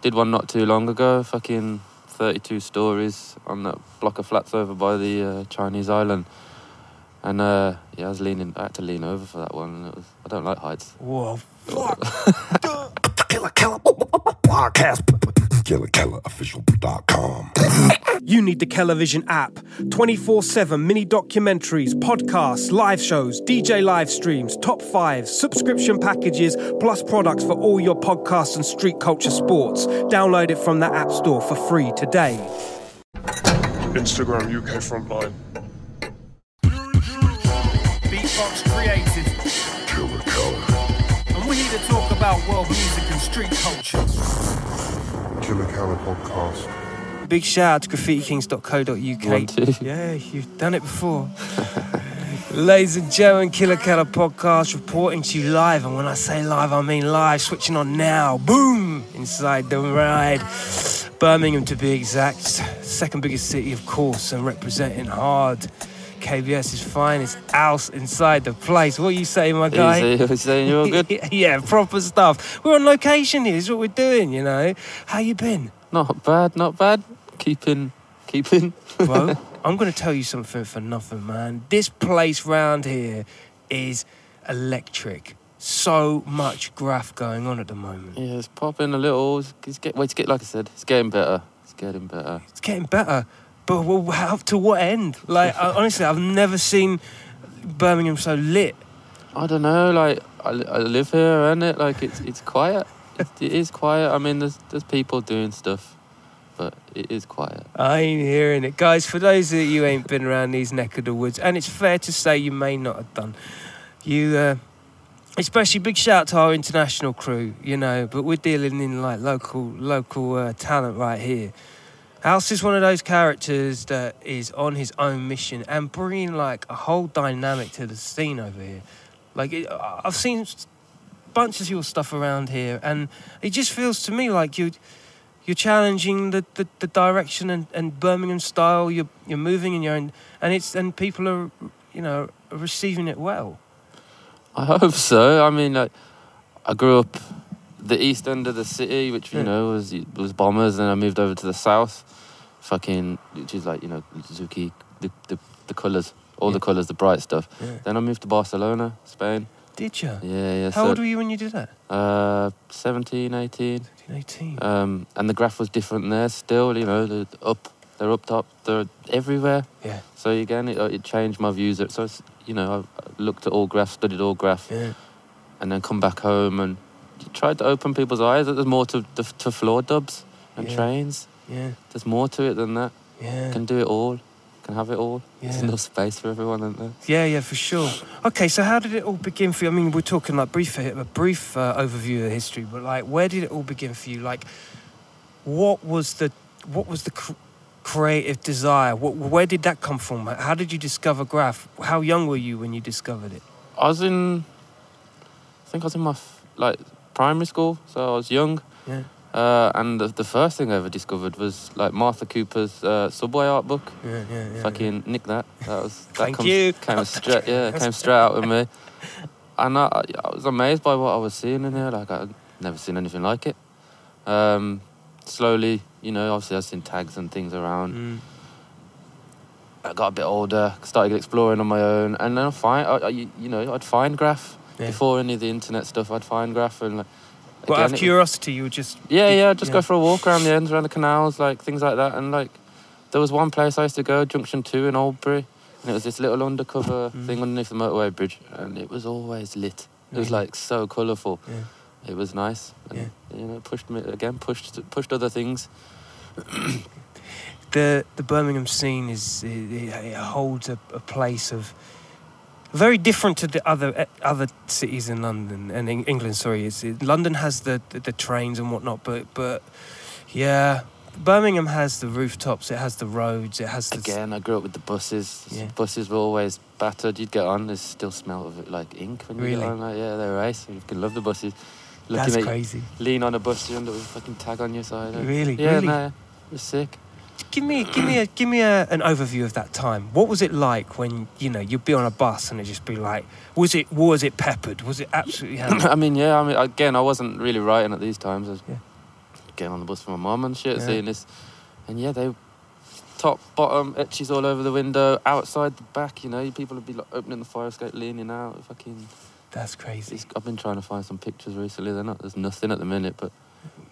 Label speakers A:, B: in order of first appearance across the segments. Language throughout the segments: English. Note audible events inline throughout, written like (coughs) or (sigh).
A: did one not too long ago. Fucking 32 stories on that block of flats over by the uh, Chinese island. And uh, yeah, I was leaning. I had to lean over for that one. And it was. I don't like heights.
B: Whoa,
C: (laughs)
B: fuck.
C: Killer oh, Keller podcast. Killer Keller official.com.
B: You need the Kellervision app. 24 7 mini documentaries, podcasts, live shows, DJ live streams, top fives, subscription packages, plus products for all your podcasts and street culture sports. Download it from the App Store for free today.
D: Instagram UK Frontline.
E: Beatbox created. And we're here to talk about world music and street culture.
D: Killer Keller podcast.
B: Big shout out to graffitikings.co.uk.
A: One, two.
B: Yeah, you've done it before. Ladies and gentlemen, Killer Keller podcast reporting to you live. And when I say live, I mean live. Switching on now. Boom! Inside the ride. Birmingham, to be exact. Second biggest city, of course, and representing hard. KBS is fine. It's house inside the place. What you say, my guy?
A: Easy. (laughs) You saying you're all good?
B: (laughs) yeah, proper stuff. We're on location here. Is what we're doing. You know. How you been?
A: not bad. Not bad. Keeping. Keeping.
B: bro. I'm going to tell you something for nothing, man. This place round here is electric. So much graph going on at the moment.
A: Yeah, it's popping a little. It's, it's get. Wait, it's get. Like I said, it's getting better. It's getting better.
B: It's getting better, but well, how, to what end? Like, I, honestly, I've never seen Birmingham so lit.
A: I don't know. Like I, li- I live here, and it like it's it's quiet. It's, it is quiet. I mean, there's there's people doing stuff, but it is quiet.
B: I ain't hearing it. Guys, for those that you ain't been around these neck of the woods, and it's fair to say you may not have done, you, uh, especially big shout to our international crew, you know, but we're dealing in like local, local uh, talent right here. House is one of those characters that is on his own mission and bringing like a whole dynamic to the scene over here. Like, it, I- I've seen s- bunches of your stuff around here, and it just feels to me like you you're challenging the, the, the direction and, and Birmingham style. You're you're moving in your own, and it's and people are you know are receiving it well.
A: I hope so. I mean, like I grew up the east end of the city, which
B: Yeah.
A: you know was was bombers, and I moved over to the south, fucking which is like you know Zuki, the the, the colours, all
B: Yeah.
A: the colours, the bright stuff.
B: Yeah.
A: Then I moved to Barcelona, Spain.
B: Did you?
A: Yeah, yeah.
B: How
A: so,
B: old were you when you did that?
A: Uh, 17, 18.
B: 18.
A: um, and the graph was different there. Still, you know, the the up, they're up top, they're everywhere.
B: yeah,
A: So again, it, uh, it changed my views. So it's, you know, I looked at all graphs, studied all graph,
B: yeah.
A: and then come back home and tried to open people's eyes that there's more to to, to floor dubs and
B: Yeah.
A: trains.
B: Yeah,
A: There's more to it than that.
B: yeah,
A: Can do it all. Can have it all. There's
B: Yeah.
A: enough space for everyone, isn't there?
B: yeah, yeah, for sure. Okay, so how did it all begin for you? I mean, we're talking like brief, a brief uh, overview of history, but like, where did it all begin for you? Like, what was the, what was the cr- creative desire? What, where did that come from? How did you discover graph? How young were you when you discovered it?
A: I was in, I think I was in my f- like primary school, so I was young.
B: Yeah,
A: Uh, and the, the first thing I ever discovered was like Martha Cooper's uh, Subway art book.
B: yeah, yeah. yeah.
A: Fucking nick that. That was that
B: Thank
A: comes,
B: you. (laughs)
A: Came straight, yeah, it came straight out with me. And I, I was amazed by what I was seeing in there. Like I'd never seen anything like it. Um, slowly, you know, obviously I've seen tags and things around.
B: Mm.
A: I got a bit older, started exploring on my own, and then I find, I, I, you you know, I'd find graph
B: Yeah.
A: before any of the internet stuff. I'd find graph and like.
B: But
A: again,
B: out
A: it
B: of
A: was-
B: curiosity, you were just
A: yeah, yeah. I'd just
B: yeah.
A: go for a walk around the ends, around the canals, like things like that. And like, there was one place I used to go, Junction Two in Oldbury, and it was this little undercover
B: Mm-hmm.
A: thing underneath the motorway bridge, and it was always lit. It was
B: Really?
A: like so colourful.
B: Yeah.
A: It was nice, and you know, it pushed me again, pushed pushed other things.
B: the the Birmingham scene is it, it it holds a, a place of very different to the other eh, other cities in London and in England. Sorry, it's, it, London has the, the the trains and whatnot, but but yeah, Birmingham has the rooftops, it has the roads, it has the s-
A: Again, I grew up with the buses.
B: Yeah.
A: Buses were always battered. You'd get on, there's still smell of it like ink when you
B: Really?
A: get on. Like, yeah, they're ice. You can love the buses.
B: That's
A: at you,
B: crazy.
A: lean on a bus, you end up with a fucking tag on your side.
B: Really?
A: Yeah,
B: Really?
A: no, it was sick.
B: Give me give me a give me a, an overview of that time. What was it like when you know you'd be on a bus and it'd just be like, was it
A: (laughs)
B: was
A: (coughs)
B: it peppered? Was it absolutely? hammered?
A: I mean, yeah. I mean, again, I wasn't really writing at these times. I was
B: Um, Yeah.
A: getting on the bus with my mum and shit,
B: Yeah.
A: seeing this, and yeah, they top, bottom, etchies all over the window, outside the back. You know, people would be like opening the fire escape, leaning out. Fucking,
B: That's crazy.
A: it's, I've been trying to find some pictures recently. They're not. There's nothing at the minute, but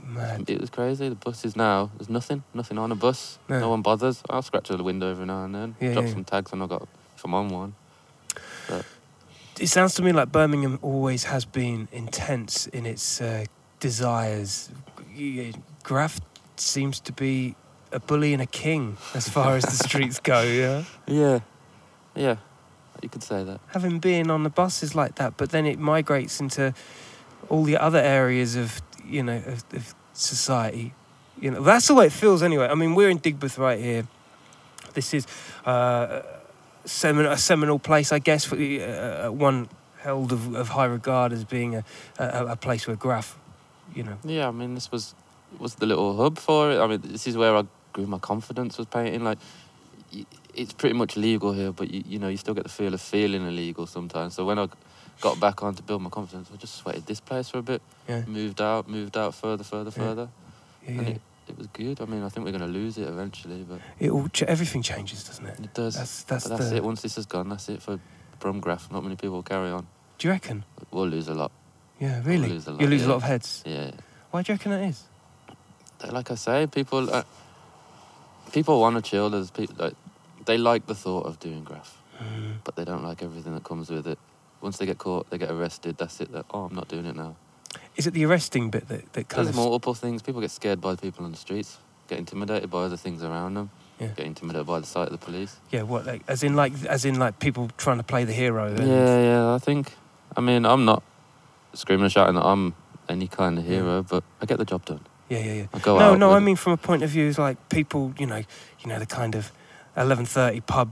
B: Mad.
A: it was crazy. The buses now, there's nothing, nothing on a bus.
B: No.
A: No, one bothers. I'll scratch out the window every now and then,
B: Yeah,
A: drop
B: yeah.
A: some tags when I got if I'm on one.
B: It sounds to me like Birmingham always has been intense in its uh, desires. Y- y- Graft seems to be a bully and a king as far as the streets go. Yeah,
A: Yeah, yeah, you could say that.
B: having been on the buses like that, but then it migrates into all the other areas of you know of, of society. You know, that's the way it feels anyway. I mean, we're in Digbeth right here. This is uh, semin- a seminal place, I guess, for the, uh, uh, one held of, of high regard as being a, a, a place where Graf, you know.
A: Yeah, I mean, this was was the little hub for it. I mean, this is where I grew my confidence was painting. Like, y- it's pretty much legal here, but you, you know, you still get the feel of feeling illegal sometimes. So when I got back on to build my confidence, I just sweated this place for a bit,
B: Yeah,
A: moved out, moved out further, further,
B: Yeah.
A: further,
B: yeah,
A: and
B: yeah.
A: it, it was good. I mean, I think we're gonna lose it eventually, but
B: It all ch- everything changes, doesn't it?
A: it does.
B: That's that's,
A: but that's
B: the.
A: it. Once this is gone, that's it for Brumgraph. Not many people will carry on.
B: Do you reckon?
A: We'll lose a lot.
B: Yeah, really.
A: lose a lot,
B: you lose a
A: yeah.
B: lot of heads.
A: Yeah.
B: Why do you reckon that is?
A: like I say, people uh, people want to chill. There's people like they like the thought of doing graph,
B: Hmm.
A: but they don't like everything that comes with it. Once they get caught, they get arrested. That's it. They're, oh, I'm not doing it now.
B: Is it the arresting bit that, that kind
A: There's
B: of
A: multiple things. People get scared by people on the streets, get intimidated by other things around them,
B: Yeah.
A: get intimidated by the sight of the police.
B: yeah what like as in like as in like people trying to play the hero and-
A: Yeah, yeah. I think. I mean, I'm not screaming and shouting that I'm any kind of hero, but I get the job done.
B: yeah yeah yeah
A: I go
B: no
A: out.
B: no
A: with
B: I
A: it.
B: mean from a point of view is like people you know you know the kind of eleven thirty pub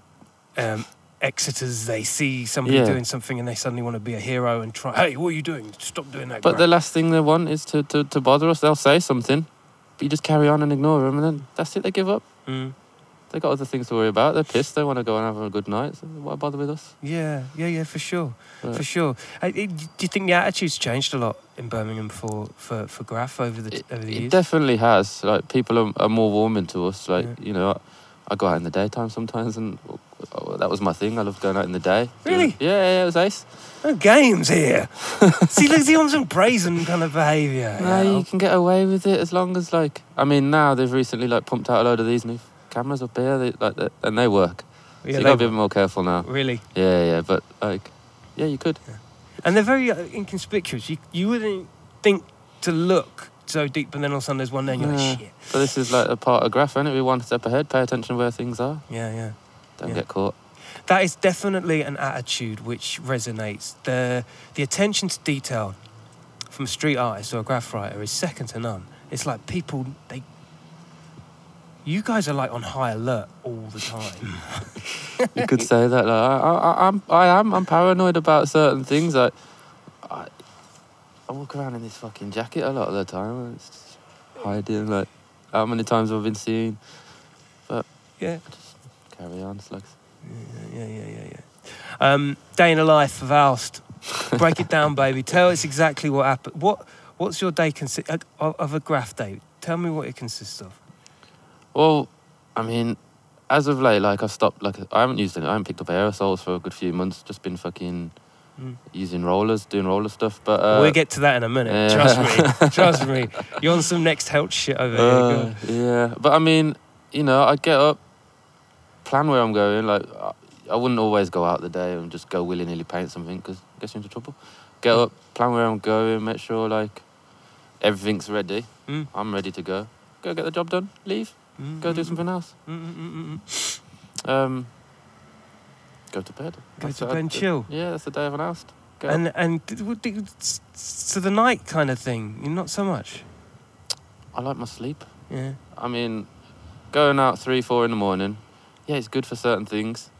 B: um, exiters they see somebody
A: Yeah.
B: doing something and they suddenly want to be a hero and try hey what are you doing stop doing that
A: But the
B: crap."
A: last thing they want is to, to, to bother us. They'll say something, but you just carry on and ignore them, and then that's it. They give up.
B: Mm.
A: They got other things to worry about. They're pissed. They want to go and have a good night. So why bother with us?
B: yeah yeah yeah for sure
A: Right.
B: for sure I, I- do you think the attitude's changed a lot in Birmingham for for for Graf over the
A: It,
B: over the
A: it
B: years
A: definitely has. Like people are, are more warming to us. Like
B: Yeah.
A: you know, I, I go out in the daytime sometimes, and oh, that was my thing. I loved going out in the day.
B: Really?
A: Yeah, yeah, yeah, it was ace.
B: no Oh, games here (laughs) see look see on some brazen kind of behaviour
A: No,
B: you know?
A: you can get away with it as long as like I mean now they've recently like pumped out a load of these new cameras up here, they, like they- and they work.
B: Yeah,
A: so you
B: they
A: gotta be a bit more careful now.
B: Really?
A: Yeah, yeah, but like, yeah, you could.
B: And they're very uh, inconspicuous. You, you wouldn't think to look so deep, but then all of a sudden there's one there and you're
A: Yeah.
B: like, shit.
A: So this is like a part of graph, isn't it? We one step ahead, pay attention where things are,
B: Yeah, yeah.
A: don't
B: Yeah.
A: get
B: (laughs)
A: caught.
B: That is definitely an attitude which resonates. The, the attention to detail from a street artist or a graph writer is second to none. It's like people, they. You guys are like on high alert all the time.
A: You could say that. Like, I, I, I- I'm, I am, I'm paranoid about certain things. Like, I, I walk around in this fucking jacket a lot of the time. And it's just hiding. Like, how many times I've been seen?
B: yeah.
A: Carry on, slugs.
B: Yeah, yeah, yeah, yeah. Um, day in the life of Alst. Break it down, baby. Tell us exactly what happened. What What's your day consist of of a graph day? Tell me what it consists of.
A: Well, I mean, as of late, like I've stopped. Like I haven't used it. I haven't picked up aerosols for a good few months. Just been fucking
B: Mm.
A: using rollers, doing roller stuff. But uh,
B: we'll get to that in a minute.
A: yeah. (laughs)
B: Trust me. Trust me. You're on some next health shit over here. Go
A: Uh,
B: on.
A: yeah, but I mean, you know, I get up, plan where I'm going. Like, I- I wouldn't always go out the day and just go willy nilly paint something because gets you into trouble. Get up, plan where I'm going, make sure like everything's ready.
B: Mm.
A: I'm ready to go. Go get the job done. Leave.
B: Mm,
A: Go do
B: mm,
A: something else.
B: mm, mm, mm, mm, mm.
A: Um, go to bed.
B: Go
A: That's
B: to
A: it.
B: bed and chill.
A: Yeah, that's the day I've announced. Go.
B: And and d- would do- s- so the night kind of thing. Not so much.
A: I like my sleep.
B: Yeah.
A: I mean, going out three, four in the morning, yeah, it's good for certain things,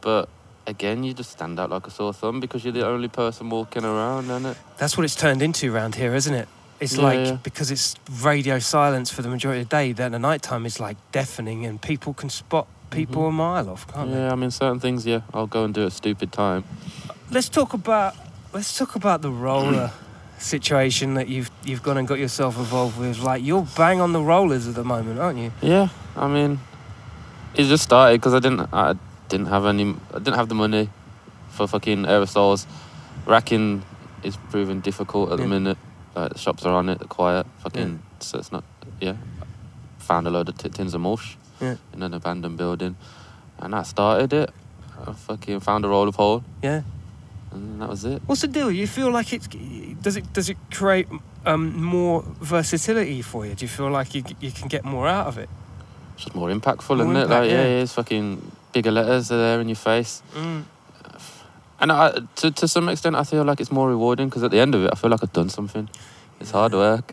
A: but again, you just stand out like a sore thumb because you're the only person walking around, isn't it?
B: That's what it's turned into around here, isn't it? It's
A: Yeah,
B: like
A: yeah.
B: because it's radio silence for the majority of the day, then the night time is like deafening and people can spot people a mile off, can't
A: Mm-hmm. yeah, I mean, certain things, yeah, I'll go and do at a stupid time.
B: they? Let's talk about let's talk about the roller (clears throat) situation that you've you've gone and got yourself involved with. Like you're bang on the rollers at the moment, aren't you?
A: Yeah, I mean, it just started because I didn't, I didn't have any, I didn't have the money for fucking aerosols. Racking is proving difficult at the
B: Yeah.
A: minute. Like the shops are on it, they're quiet. Fucking, so it's not. Yeah, found a load of t- tins of mulch
B: Yeah.
A: in an abandoned building, and that started it. I fucking found a roller pole,
B: Yeah.
A: and that was it.
B: What's the deal? You feel like it's does it does it create um, more versatility for you? Do you feel like you you can get more out of it?
A: It's just more impactful,
B: More
A: isn't it?
B: impact,
A: Like, yeah,
B: yeah.
A: yeah, it's fucking bigger letters are there in your face. And I, to, to some extent, I feel like it's more rewarding because at the end of it, I feel like I've done something. It's hard work.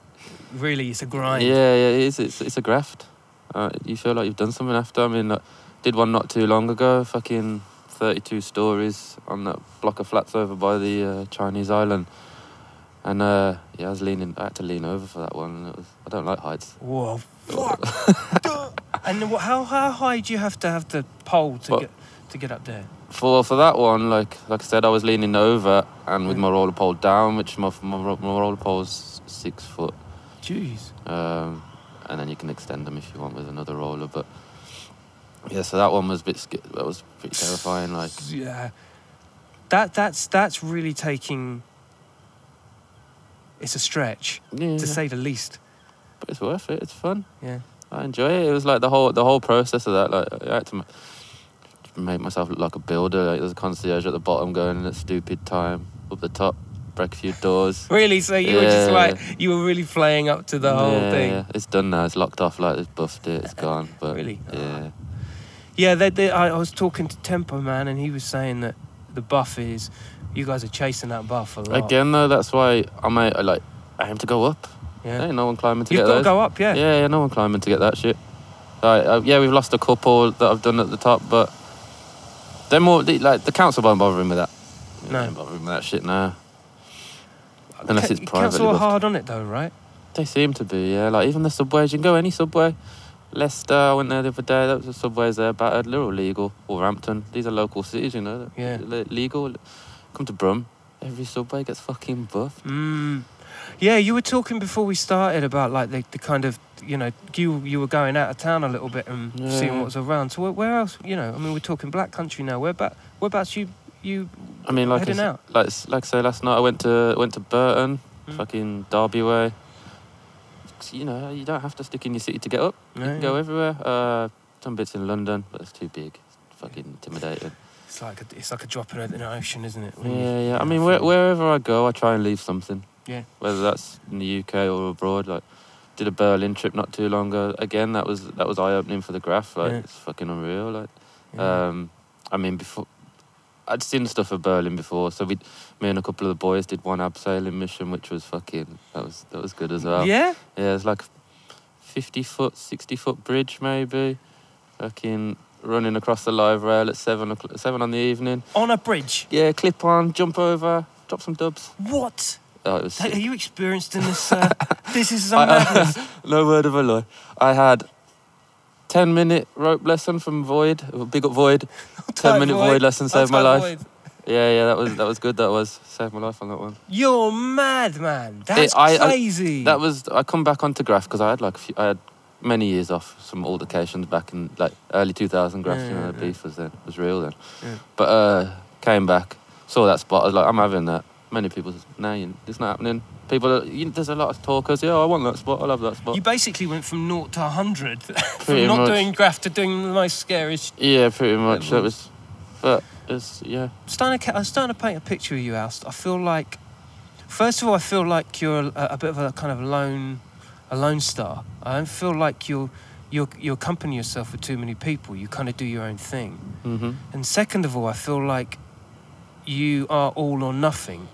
B: Really, it's a grind.
A: Yeah, yeah, it is. It's, it's a graft. Uh, you feel like you've done something after. I mean, like, did one not too long ago, fucking 32 stories on that block of flats over by the uh, Chinese island. And uh, yeah, I was leaning, I had to lean over for that one. And it was, I don't like heights.
B: Whoa.
A: (laughs)
B: Fuck. and wha- how how high do you have to have the pole to
A: Well-
B: get to get up there?
A: For for that one, like like I said, I was leaning over and with my roller pole down, which my my, ro- my roller pole's six foot,
B: Jeez.
A: um, and then you can extend them if you want with another roller. But yeah, so that one was a bit sca- that was pretty terrifying. Like
B: Yeah. That that's that's really taking. It's a stretch,
A: yeah,
B: to say the least.
A: but it's worth it. It's fun.
B: Yeah.
A: I enjoy it. It was like the whole the whole process of that. Like I had to ma- make myself look like a builder. Like, there's a concierge at the bottom going in at stupid time up the top, break a few doors.
B: Really? So you were just
A: Yeah.
B: like you were really playing up to (laughs) the whole
A: Yeah,
B: thing.
A: yeah. It's done now. It's locked off. Like it's buffed it. It's
B: (laughs)
A: gone. But
B: Really?
A: Yeah.
B: Yeah. They, they, I, I was talking to Tempo Man, and he was saying that the buff is you guys are chasing that buff a lot.
A: Again though, that's why I might I, like I aim to go up.
B: Yeah.
A: Ain't no one climbing to
B: You've
A: get
B: got
A: those.
B: to go up. Yeah.
A: yeah. yeah, no one climbing to get that shit. Like uh, yeah, we've lost a couple that I've done at the top, but they're more the, like the council won't bother him with that. They
B: No.
A: ain't bothering with that shit now. Unless
B: Ca-
A: it's
B: Council
A: privately.
B: are
A: buffed.
B: hard on it though, right?
A: They seem to be, yeah. Like even the subways, you can go any subway. Leicester, I went there the other day. That was the subways there battered. They're all legal. Wolverhampton. These are local cities, you know.
B: Yeah.
A: Le- Legal. Come to Brum. Every subway gets fucking buffed.
B: Mm. Yeah, you were talking before we started about like the, the kind of you know you you were going out of town a little bit and seeing
A: Yeah.
B: what's around. So where, where else? You know, I mean, we're talking black country now. Where about whereabouts you you?
A: I mean, like I
B: Heading
A: s-
B: out.
A: like s- like I say last night, I went to went to Burton,
B: Mm.
A: fucking Derby way. It's- You know, you don't have to stick in your city to get up. You
B: Yeah,
A: can go everywhere. Uh, some bits in London, but it's too big. It's fucking intimidating.
B: (laughs) It's like a, it's like a drop in the in the ocean, isn't it? When you-
A: Yeah, yeah. I
B: you
A: mean,
B: know,
A: where,
B: feel-
A: wherever I go, I try and leave something.
B: Yeah.
A: Whether that's in the UK or abroad, like did a Berlin trip not too long ago. Again, that was that was eye opening for the graph. Like
B: Yeah.
A: it's fucking unreal. Like,
B: yeah.
A: um, I mean, before I'd seen stuff of Berlin before, so we, me and a couple of the boys did one abseiling mission, which was fucking that was that was good as well.
B: yeah.
A: Yeah, it's like fifty foot, sixty foot bridge maybe. Fucking running across the live rail at seven o'clock, seven on the evening.
B: On a bridge.
A: Yeah, clip on, jump over, drop some dubs.
B: What?
A: Oh, it was
B: Are
A: sick.
B: you experienced in
A: (laughs)
B: this? Uh, this is some
A: I- uh, I-
B: madness.
A: no word of a lie. I had ten minute rope lesson from Void, big up Void. (laughs) ten minute Void, lesson saved my life. Yeah, yeah, that was that was good. That was saved my life on that one.
B: You're mad, man. That's
A: I- I-
B: crazy.
A: That was I come back onto graph because I had like a few, I had many years off some altercations back in like early two thousand graph.
B: Yeah,
A: you know,
B: yeah,
A: the
B: yeah.
A: beef was then was real then.
B: Yeah.
A: But uh, came back, saw that spot. I was like, I'm having that. Many people, says, no, you- it's not happening. People, are, you, there's a lot of talkers. Yeah, I want that spot. I love that spot.
B: You basically went from naught to 100 from
A: Pretty
B: not
A: much.
B: doing graph to doing the most scariest.
A: Yeah, pretty much.
B: That
A: That was, but it's yeah.
B: I'm starting, to, ca- I'm starting to paint a picture of you, Alst. I feel like, first of all, I feel like you're a, a bit of a kind of lone, a lone star. I don't feel like you're, you're, you accompany yourself with too many people. You kind of do your own thing.
A: Mm-hmm.
B: And second of all, I feel like you are all or nothing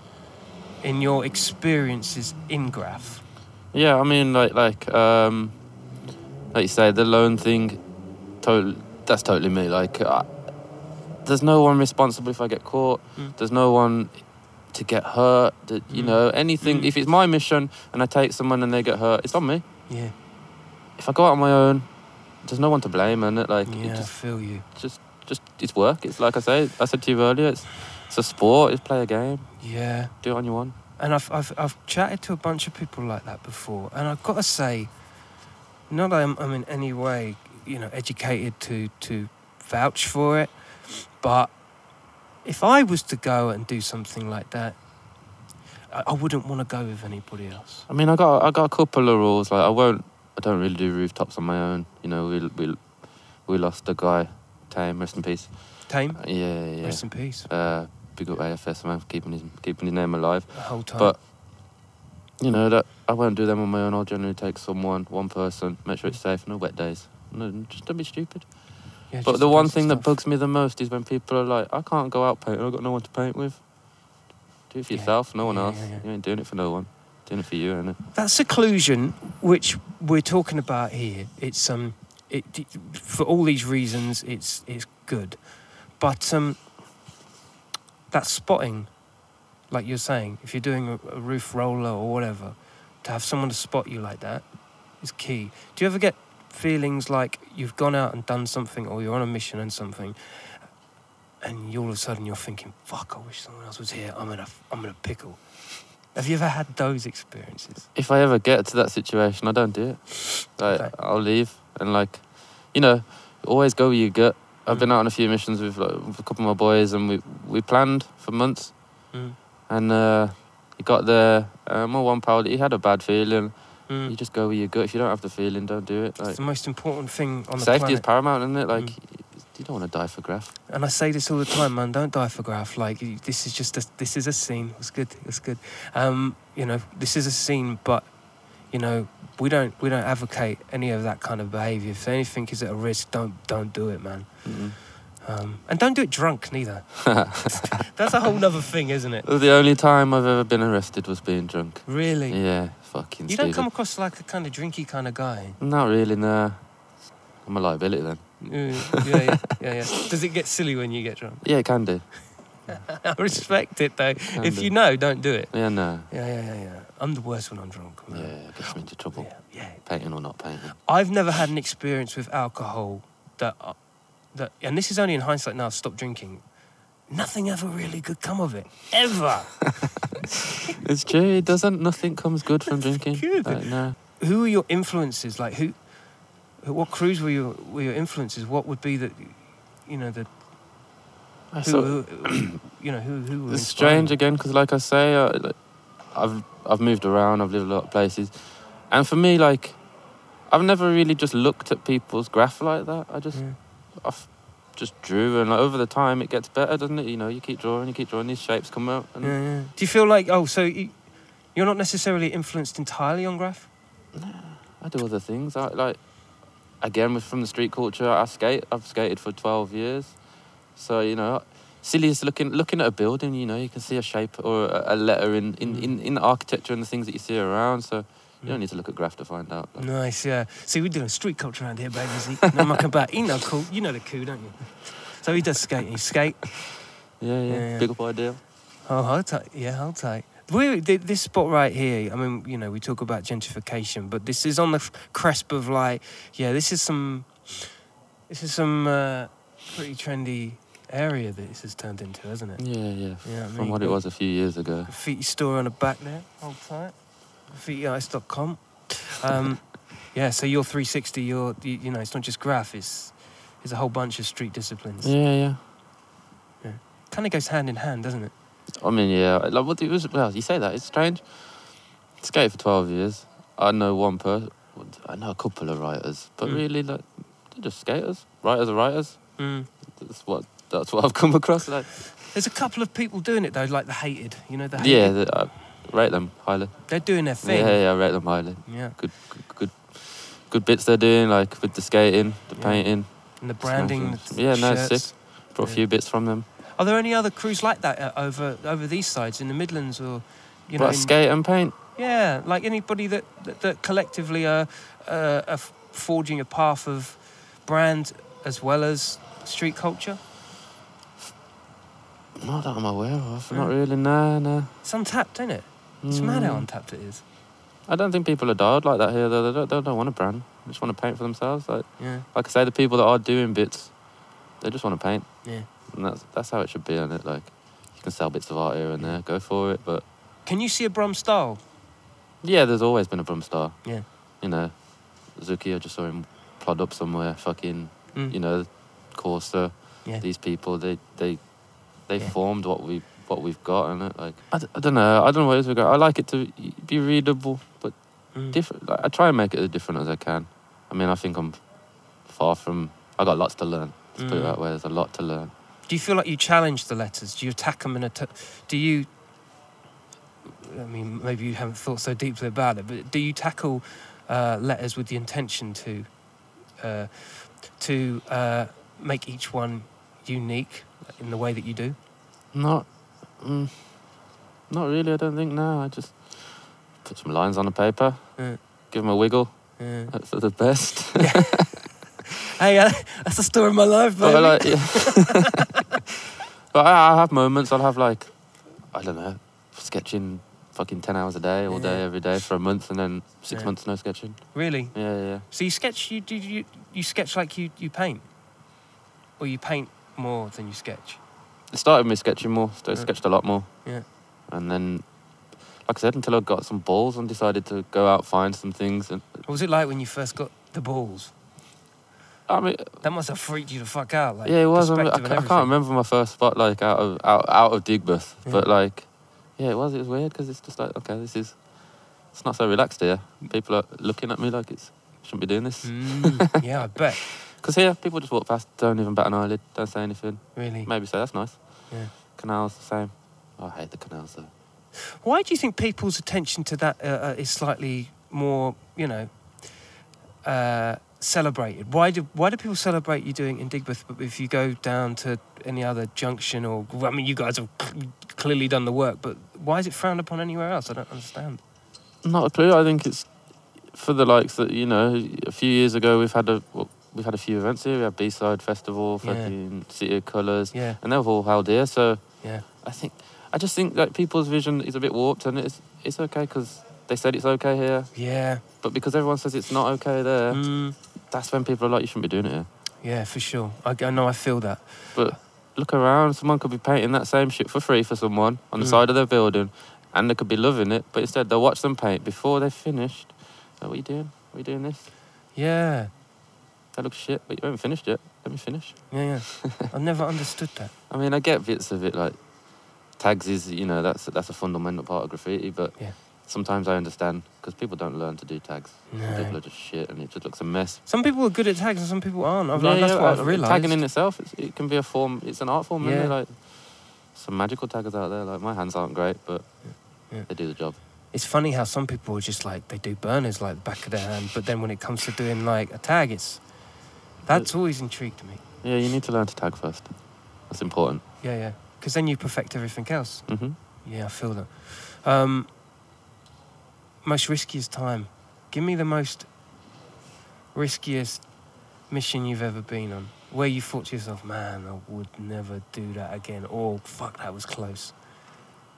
B: in your experiences in graph.
A: Yeah, I mean, like, like, um, like you say, the loan thing, total. That's totally me. Like, I, there's no one responsible if I get caught.
B: Mm.
A: There's no one to get hurt. That you
B: Mm.
A: know, anything.
B: Mm.
A: If it's my mission and I take someone and they get hurt, it's on me.
B: Yeah,
A: If I go out on my own, there's no one to blame, and it like
B: yeah,
A: it
B: I
A: just,
B: feel you.
A: just, just, it's work. It's like I say, I said to you earlier. It's, it's a sport. It's play a game.
B: Yeah.
A: Do it on your own.
B: And I've, I've, I've chatted to a bunch of people like that before, and I've got to say, not that I'm, I'm in any way, you know, educated to, to vouch for it, but if I was to go and do something like that, I, I wouldn't want to go with anybody else.
A: I mean, I got I got a couple of rules. Like I won't, I don't really do rooftops on my own. You know, we we we lost a guy, Tame, rest in peace.
B: Tame,
A: Yeah, yeah.
B: rest in peace.
A: Uh, big up AFS man for keeping his keeping his name alive.
B: The whole time.
A: But you know that I won't do them on my own. I'll generally take someone, one person, make sure it's safe. No wet days. No, just don't be stupid.
B: Yeah,
A: But
B: just
A: the one
B: basic
A: thing that
B: stuff.
A: bugs me the most is when people are like, I can't go out painting, I've got no one to paint with. Do it for
B: Yeah.
A: yourself, no one
B: Yeah,
A: else.
B: yeah, yeah.
A: You ain't doing it for no one. Doing it for you, innit?
B: that seclusion which we're talking about here it's um it for all these reasons it's it's good but um that spotting like you're saying if you're doing a, a roof roller or whatever to have someone to spot you like that is key do you ever get feelings like you've gone out and done something or you're on a mission and something and you all of a sudden you're thinking fuck i wish someone else was here i'm in a i'm in a pickle have you ever had those experiences
A: If I ever get to that situation, I don't do it. Like,
B: Okay.
A: I'll leave and like, you know, always go with your gut. I've
B: Mm.
A: been out on a few missions with, like, with a couple of my boys, and we we planned for months.
B: Mm.
A: And uh, he got there. Uh, my one pal, he had a bad feeling.
B: Mm.
A: You just go with your gut. If you don't have the feeling, don't do it. Like,
B: it's the most important thing on the
A: safety
B: planet.
A: is paramount, isn't it? Like,
B: Mm.
A: you don't want to die for graph.
B: and I say this all the time, man. Don't die for graph. Like you- this is just a, this is a scene. It's good. It's good. Um, you know, this is a scene, but you know, we don't we don't advocate any of that kind of behaviour. If anything is at a risk, don't don't do it, man. Um, and don't do it drunk
A: (laughs)
B: neither. That's a whole nother thing, isn't it?
A: The only time I've ever been arrested was being drunk.
B: Really.
A: Yeah, fucking.
B: You don't
A: Stephen.
B: come across like a kind of drinky kind of guy.
A: Not really, nah. I'm a liability then.
B: Mm, yeah, yeah, yeah, yeah. Does it get silly when you get drunk? (laughs)
A: Yeah, it can do.
B: I respect it though. if
A: do.
B: you know, don't do it.
A: Yeah, no.
B: Yeah, yeah, yeah, yeah. I'm the worst when I'm drunk.
A: Yeah,
B: man.
A: it gets me into trouble.
B: yeah, yeah.
A: Painting or not
B: (laughs)
A: painting.
B: I've never had an experience with alcohol that, I- that, and this is only in hindsight now. I've stopped drinking. Nothing ever really good come of it, ever.
A: It's true. It doesn't. Nothing comes good from drinking.
B: Good.
A: Like, no.
B: who are your influences? Like who, who- what crews were your were your influences? What would be the, you know the
A: I
B: who,
A: sort-
B: who you know who who were
A: it's
B: inspiring
A: strange
B: you?
A: again because, like I say, uh, like, I've I've moved around. I've lived a lot of places, and for me, like, I've never really just looked at people's graph like that. I just
B: Yeah.
A: I've just drew, and like, over the time, it gets better, doesn't it? You know, you keep drawing, you keep drawing. These shapes come out, and
B: Yeah, yeah. Do you feel like oh so you, you're not necessarily influenced entirely on graph?
A: I do other things. I like again with from the street culture. I skate. I've skated for twelve years, so you know, silly is looking looking at a building. You know, you can see a shape or a, a letter in in,
B: Mm.
A: in in architecture and the things that you see around. So you don't need to look at graph to find out. like.
B: Nice, yeah. See, we're doing street culture around here, baby. See, no muck about. You know, cool. You know the coup, don't you? So he does skate. He skate.
A: Yeah, yeah,
B: Yeah, yeah.
A: Big up idea.
B: Oh, hold tight. Yeah, hold tight. We th- this spot right here. I mean, you know, we talk about gentrification, but this is on the f- cresp of like, yeah, this is some, this is some uh, pretty trendy area that this has turned into, hasn't it?
A: Yeah, yeah.
B: Yeah, I
A: From
B: mean,
A: what it was a few years ago.
B: Graffiti store on the back there. Hold tight. Graffitiice.com.
A: (laughs)
B: Um, yeah, so your 360, your you, you know, it's not just graph. It's it's a whole bunch of street disciplines.
A: Yeah, yeah.
B: Kind of goes hand in hand, doesn't it?
A: I mean, yeah. Like, what it was. Well, you say that it's strange. Skated for twelve years. I know one person. I know a couple of writers, but
B: Mm.
A: really, like, they're just skaters. Writers are writers.
B: Mm.
A: That's what that's what I've (laughs) come across. Like,
B: There's a couple of people doing it though, like the hated. You know, the hated.
A: yeah, th- I rate them highly.
B: They're doing their
A: Yeah,
B: thing.
A: yeah, I rate them highly.
B: Yeah.
A: Good, good, good, good bits they're doing, like with the skating, the
B: Yeah.
A: painting.
B: And the branding.
A: nice.
B: the
A: Yeah, no, it's
B: shirts.
A: sick. Brought
B: Yeah.
A: a few bits from them.
B: Are there any other crews like that uh, over over these sides in the Midlands or, you
A: but
B: know,
A: I
B: in-
A: skate and paint.
B: yeah, like anybody that that, that collectively are, uh, are f- forging a path of brand as well as street culture.
A: Not that I'm aware of. Not
B: Yeah.
A: really. Nah, nah.
B: It's untapped, isn't it? Hmm. It's mad how
A: Mm.
B: untapped it is.
A: I don't think people are dialed like that here. Though they don't, they don't want a brand. They just want to paint for themselves. Like,
B: Yeah,
A: like I say, the people that are doing bits, they just want to paint,
B: yeah.
A: and that's that's how it should be. On it, like, you can sell bits of art here and there. Go for it, but
B: Can you see a Brum style?
A: Yeah, there's always been a Brum star.
B: Yeah.
A: You know, Zuki, I just saw him plod up somewhere, fucking,
B: Mm.
A: you know, Corsa.
B: Yeah.
A: These people, they they they
B: Yeah.
A: formed what we what we've got, and it like I, d- I don't know, I don't know where we go. I like it to be readable, but
B: Mm.
A: different. Like, I try and make it as different as I can. I mean, I think I'm far from. I got lots to learn. Let's put it
B: Mm.
A: that way. There's a lot to learn.
B: Do you feel like you challenge the letters? Do you attack them and attack? Do you? I mean, maybe you haven't thought so deeply about it, but do you tackle uh, letters with the intention to uh, to uh, make each one unique in the way that you do?
A: Not, mm, not really. I don't think. No, I just put some lines on the paper,
B: Yeah.
A: give them a wiggle.
B: Yeah.
A: That's the
B: (laughs)
A: best. (laughs)
B: Hey, (laughs) uh, that's the story of my life,
A: but
B: baby.
A: I like, yeah. (laughs) but I, I have moments. I'll have like, I don't know, sketching fucking ten hours a day, all day,
B: Yeah.
A: every day for a month, and then six
B: Yeah.
A: months no sketching.
B: really?
A: Yeah, yeah. yeah.
B: So you sketch? You do you you sketch like you you paint, or you paint more than you sketch?
A: It started me sketching more. So I
B: Yeah.
A: sketched a lot more,
B: Yeah.
A: and then, like I said, until I got some balls and decided to go out find some things. And
B: What was it like when you first got the balls?
A: I mean,
B: That must have freaked you the fuck out. Like,
A: yeah, it was. I, mean, I,
B: perspective
A: ca- I
B: and
A: can't
B: everything.
A: remember my first spot like out of out, out of Digbeth,
B: Yeah.
A: but like, yeah, it was. It was weird because it's just like, okay, this is, it's not so relaxed here. People are looking at me like it's shouldn't be doing this.
B: Mm, yeah, I
A: (laughs)
B: bet.
A: Because here, people just walk past, don't even bat an eyelid, don't say anything.
B: Really.
A: Maybe say that's nice.
B: Yeah.
A: Canals the same. Oh, I hate the canals though.
B: Why do you think people's attention to that uh, uh, is slightly more, you know, uh, celebrated? Why do Why do people celebrate you doing in Digbeth? But if you go down to any other junction, or I mean, you guys have cl- clearly done the work, but why is it frowned upon anywhere else? I don't understand.
A: Not a clue. I think it's for the likes that you know. A few years ago, we've had a well, we've had a few events here. We had B Side Festival,
B: Yeah.
A: fucking City of Colours,
B: Yeah,
A: and they've all held here. So
B: yeah,
A: I think I just think like people's vision is a bit warped, and it's it's okay because they said it's okay here,
B: yeah,
A: but because everyone says it's not okay there,
B: mm,
A: that's when people are like, you shouldn't be doing it here.
B: yeah, for sure. I, I know. I feel that.
A: But look around, someone could be painting that same shit for free for someone on the
B: Mm.
A: side of their building, and they could be loving it, but instead they'll watch them paint before they've finished. Like, what are you doing? What are you doing this?
B: Yeah,
A: That looks shit, but you haven't finished yet. Let me finish.
B: yeah,
A: (laughs)
B: yeah. I've never understood that.
A: I mean, I get bits of it like tags is you know that's that's a fundamental part of graffiti, but
B: Yeah.
A: sometimes I understand because people don't learn to do tags.
B: No.
A: People are just shit, and it just looks a mess.
B: Some people are good at tags and some people aren't. I've,
A: Yeah,
B: that's
A: yeah,
B: what I've
A: uh,
B: realised.
A: Tagging in itself, it's, it can be a form. It's an art form, isn't it?
B: Yeah.
A: Like some magical taggers out there. Like my hands aren't great, but
B: Yeah.
A: they do the job.
B: It's funny how some people are just like they do burners like the back of their hand, but then when it comes to doing like a tag, it's that's always intrigued me.
A: Yeah, you need to learn to tag first. That's important.
B: Yeah, yeah, because then you perfect everything else.
A: hmm
B: Yeah, I feel that. Um, most riskiest time. Give me the most riskiest mission you've ever been on, where you thought to yourself, "Man, I would never do that again," or "Fuck, that was close."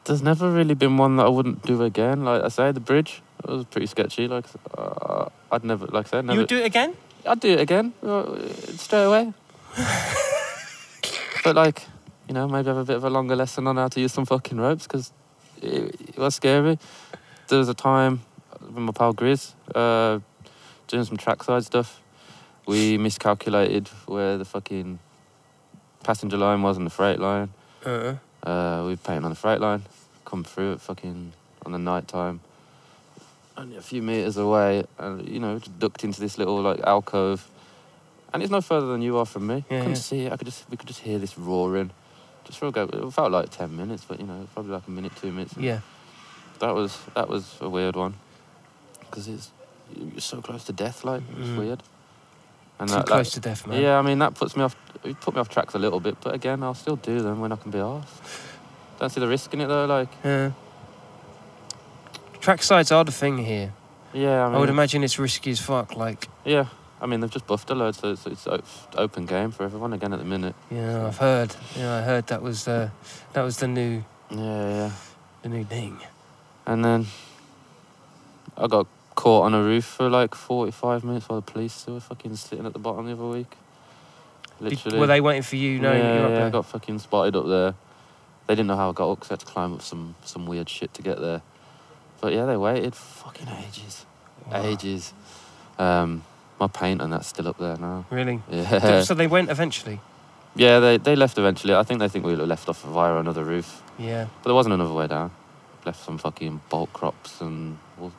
A: There's never really been one that I wouldn't do again. Like I say, the bridge it was pretty sketchy. Like uh, I'd never, like I said, never.
B: You would do it again?
A: I'd do it again uh, straight away. but like, you know, maybe have a bit of a longer lesson on how to use some fucking ropes because it, it was scary. There was a time with my pal Grizz uh, doing some trackside stuff. We miscalculated where the fucking passenger line was and the freight line.
B: Uh,
A: Uh, we were painting on the freight line, come through at fucking on the night time, only a few meters away, and you know, just ducked into this little like alcove, and it's no further than you are from me.
B: Yeah,
A: Couldn't
B: yeah.
A: see it. I could just we could just hear this roaring. Just for a go, it felt like ten minutes, but you know, probably like a minute, two minutes.
B: yeah.
A: That was that was a weird one, because it's you're so close to death. Like it's
B: Mm.
A: weird. And
B: Too
A: that- that-
B: close to death, man.
A: yeah, I mean that puts me off. It put me off tracks a little bit, but again, I'll still do them when I can be off. Don't see the risk in it though. Like,
B: Yeah. Track sides are the thing here.
A: yeah, I
B: I,
A: mean,
B: would imagine it's risky as fuck. Like,
A: yeah, I mean they've just buffed a load, so it's, it's o- open game for everyone again at the minute.
B: you know, I've heard. You know, I heard that was uh, that was the new
A: Yeah, yeah.
B: the new thing.
A: And then I got caught on a roof for like forty-five minutes while the police were fucking sitting at the bottom the other week.
B: Did-
A: Literally.
B: were they waiting for you? No,
A: yeah,
B: you're up
A: yeah, I
B: there.
A: got fucking spotted up there. They didn't know how I got up 'cause I had to climb up some some weird shit to get there. But yeah, they waited fucking ages, ages. Um, my paint and that's still up there now.
B: Really?
A: Yeah,
B: So they went eventually.
A: (laughs) yeah. They they left eventually. I think they think we left off via another roof,
B: Yeah.
A: but there wasn't another way down. Left some fucking bolt crops and all-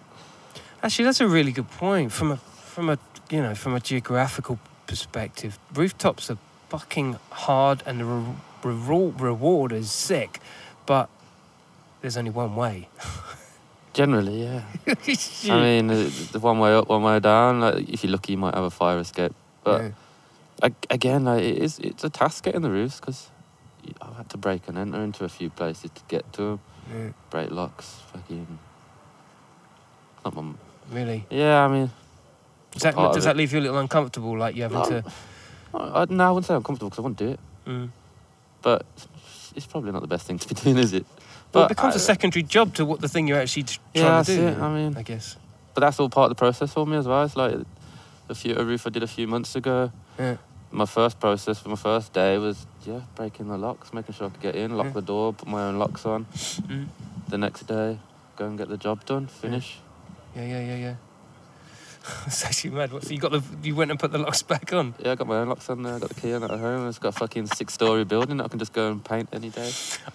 B: Actually, that's a really good point. From a from a you know from a geographical perspective, rooftops are fucking hard, and the re- reward reward is sick, but there's only one way. (laughs)
A: generally, yeah. I mean, uh, the one way up, one way down. Like, if you're lucky, you might have a fire escape. But
B: Yeah.
A: ag- again, like, it is it's a task getting the roofs because I've had to break and enter into a few places to get to 'em.
B: Yeah.
A: Break locks, fucking. Not my. m-
B: really.
A: Yeah, I mean,
B: Does that,
A: part of
B: does
A: it.
B: that leave you a little uncomfortable, like you having
A: No.
B: to?
A: I, I, no, I wouldn't say I'm comfortable because I wouldn't do it.
B: Mm.
A: But it's probably not the best thing to be (laughs) doing, is it?
B: Well, it becomes
A: a
B: a secondary job to what the thing you're actually t-
A: Yeah,
B: trying
A: that's
B: to do.
A: it. I mean,
B: I guess.
A: but that's all part of the process for me as well. It's like the few, a roof I did a few months ago.
B: Yeah.
A: my first process for my first day was yeah breaking the locks, making sure I could get in, lock
B: Yeah.
A: the door, put my own locks on.
B: Mm.
A: The next day, go and get the job done, finish.
B: Yeah, yeah, yeah, (laughs) yeah. it's actually mad. What, so you got the you went and put the locks back on.
A: Yeah, I got my own locks on there. I got the key on it at home. It's got a fucking six-story building that I can just go and paint any day.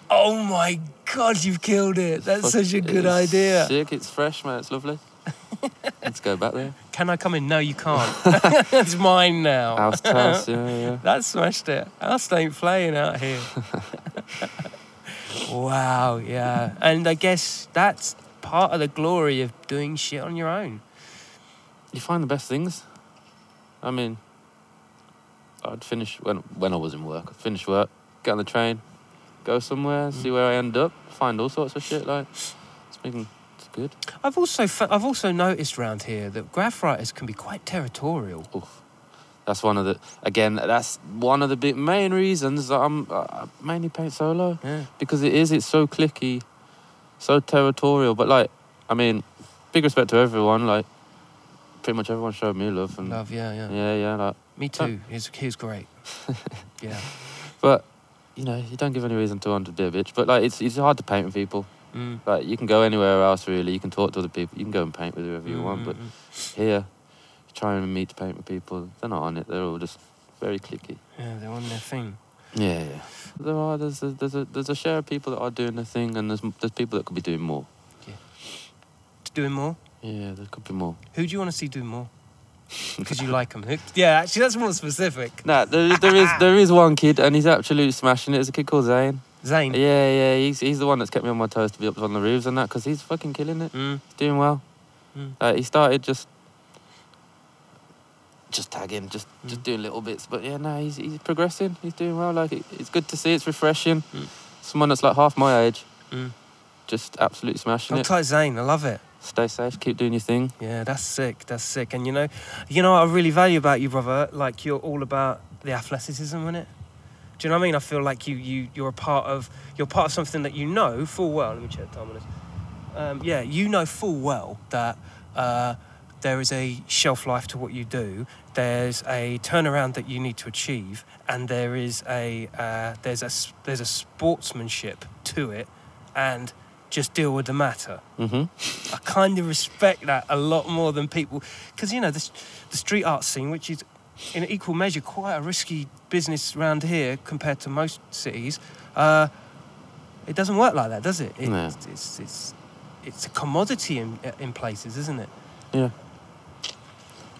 B: Oh my god, you've killed it. That's
A: Fuck,
B: such a good
A: it's
B: idea.
A: Sick, it's fresh, man. It's
B: (laughs)
A: lovely. Let's go back there.
B: Can I come in? No, you
A: (laughs)
B: can't. (laughs) it's mine now. (laughs)
A: House to house, yeah, yeah.
B: That smashed it. Us ain't playing out here. (laughs) wow, yeah. And I guess that's part of the glory of doing shit on your own.
A: You find the best things. I mean, I'd finish when when I was in work. I'd finish work, get on the train, go somewhere,
B: Mm-hmm.
A: see where I end up, find all sorts of shit. Like, it's been it's good.
B: I've also fa- I've also noticed round here that graph writers can be quite territorial.
A: Oof. That's one of the again. That's one of the big main reasons that I'm I I mainly paint solo
B: Yeah.
A: because it is. It's so clicky, so territorial. But like, I mean, big respect to everyone. Like, pretty much everyone showed me love and
B: Mm. Love, yeah, yeah.
A: yeah, yeah. Like,
B: Me too. He's, he's (laughs) great. yeah.
A: But you know, you don't give any reason to want to be a bitch. But like, it's it's hard to paint with people.
B: Mm.
A: Like, you can go anywhere else really. You can talk to other people. You can go and paint with whoever you want. But
B: Mm,
A: here, you try and meet to paint with people. They're not on it. They're all just very clicky.
B: Yeah, they're on their thing.
A: Yeah, yeah. There are there's a, there's a there's a share of people that are doing their thing, and there's there's people that could be doing more.
B: Doing more?
A: Yeah, there could be more.
B: Who do you want to see do (laughs) more? Because you like them. Yeah, actually, that's more specific.
A: Nah, there, there is there is one kid, and he's absolutely smashing it. There's a kid called Zane.
B: Zane.
A: Yeah, yeah. He's he's the one that's kept me on my toes to be up on the roofs and that, because he's fucking killing it.
B: Mm.
A: doing well.
B: Mm.
A: Like Uh, he started just just tagging, just just doing little bits. But yeah, no, he's he's progressing. He's doing well. Like it, it's good to see. It's refreshing.
B: Mm.
A: Someone that's like half my age,
B: Mm.
A: just absolutely smashing
B: I'll
A: it.
B: type Zane. I love it.
A: Stay safe. Keep doing your thing.
B: Yeah, that's sick. That's sick. And you know, you know what I really value about you, brother. Like you're all about the athleticism in it. Do you know what I mean? I feel like you you you're a part of you're part of something that you know full well. Let me check the time on this. Um, yeah, you know full well that uh, there is a shelf life to what you do. There's a turnaround that you need to achieve, and there is a uh, there's a s- there's a sportsmanship to it, and just deal with the matter.
A: Mm-hmm.
B: I kind of respect that a lot more than people, because you know the, the street art scene, which is in equal measure quite a risky business round here compared to most cities. Uh, it doesn't work like that, does it? It-
A: No.
B: It's, it's it's it's a commodity in in places, isn't it?
A: Yeah.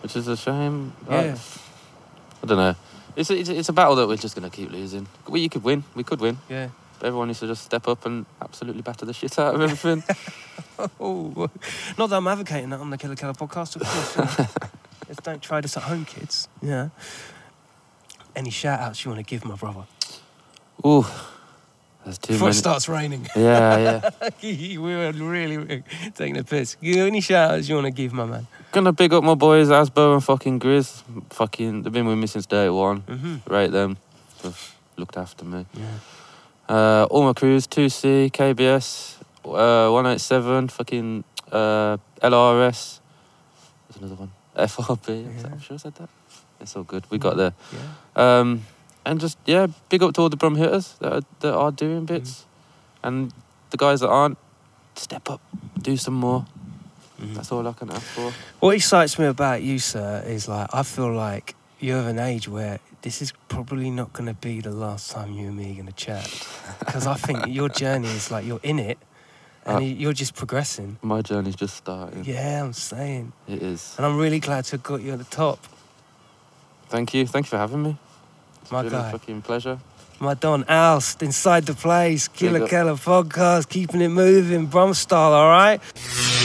A: Which is a shame. Like,
B: Yeah.
A: I don't know. It's a, it's a, it's a battle that we're just gonna keep losing. We you could win. We could win.
B: Yeah. (laughs)
A: But everyone needs to just step up and absolutely batter the shit out of
B: (laughs)
A: everything.
B: Oh, not that I'm advocating that on the Killer Keller podcast, of course. you know. Just don't try this at home, kids. Yeah. Any shout outs you want to give my brother?
A: Ooh, there's too
B: Before it
A: many.
B: starts raining.
A: Yeah, yeah.
B: (laughs) we were really, really taking a piss. You got Any shout outs you want to give my man?
A: Gonna big up my boys Asbo and fucking Grizz. Fucking, they've been with me since day one.
B: Mm-hmm.
A: Rate them. They've looked after me.
B: Yeah.
A: Uh, all my crews: 2C, KBS, uh, 187, fucking uh, LRS. There's another one. FRB.
B: Yeah.
A: I'm sure I said that. It's all good. We got there.
B: Yeah.
A: Um, and just yeah, big up to all the Brum hitters that are, that are doing bits. And the guys that aren't, step up, do some more.
B: Mm-hmm.
A: That's all I can ask for.
B: What excites me about you, sir, is like I feel like you're of an age where this is probably not going to be the last time you and me are going to (laughs) chat, because I think your journey is like you're in it, and
A: Uh,
B: you- you're just progressing.
A: My journey's just starting.
B: Yeah, I'm saying,
A: It is.
B: and I'm really glad to have got you at the top,
A: Thank you. Thank you for having me. It's
B: my
A: been a
B: guy,
A: fucking pleasure.
B: my Don Oust, inside the place, Killer
A: up.
B: Keller podcast, keeping it moving, Brum style, all right.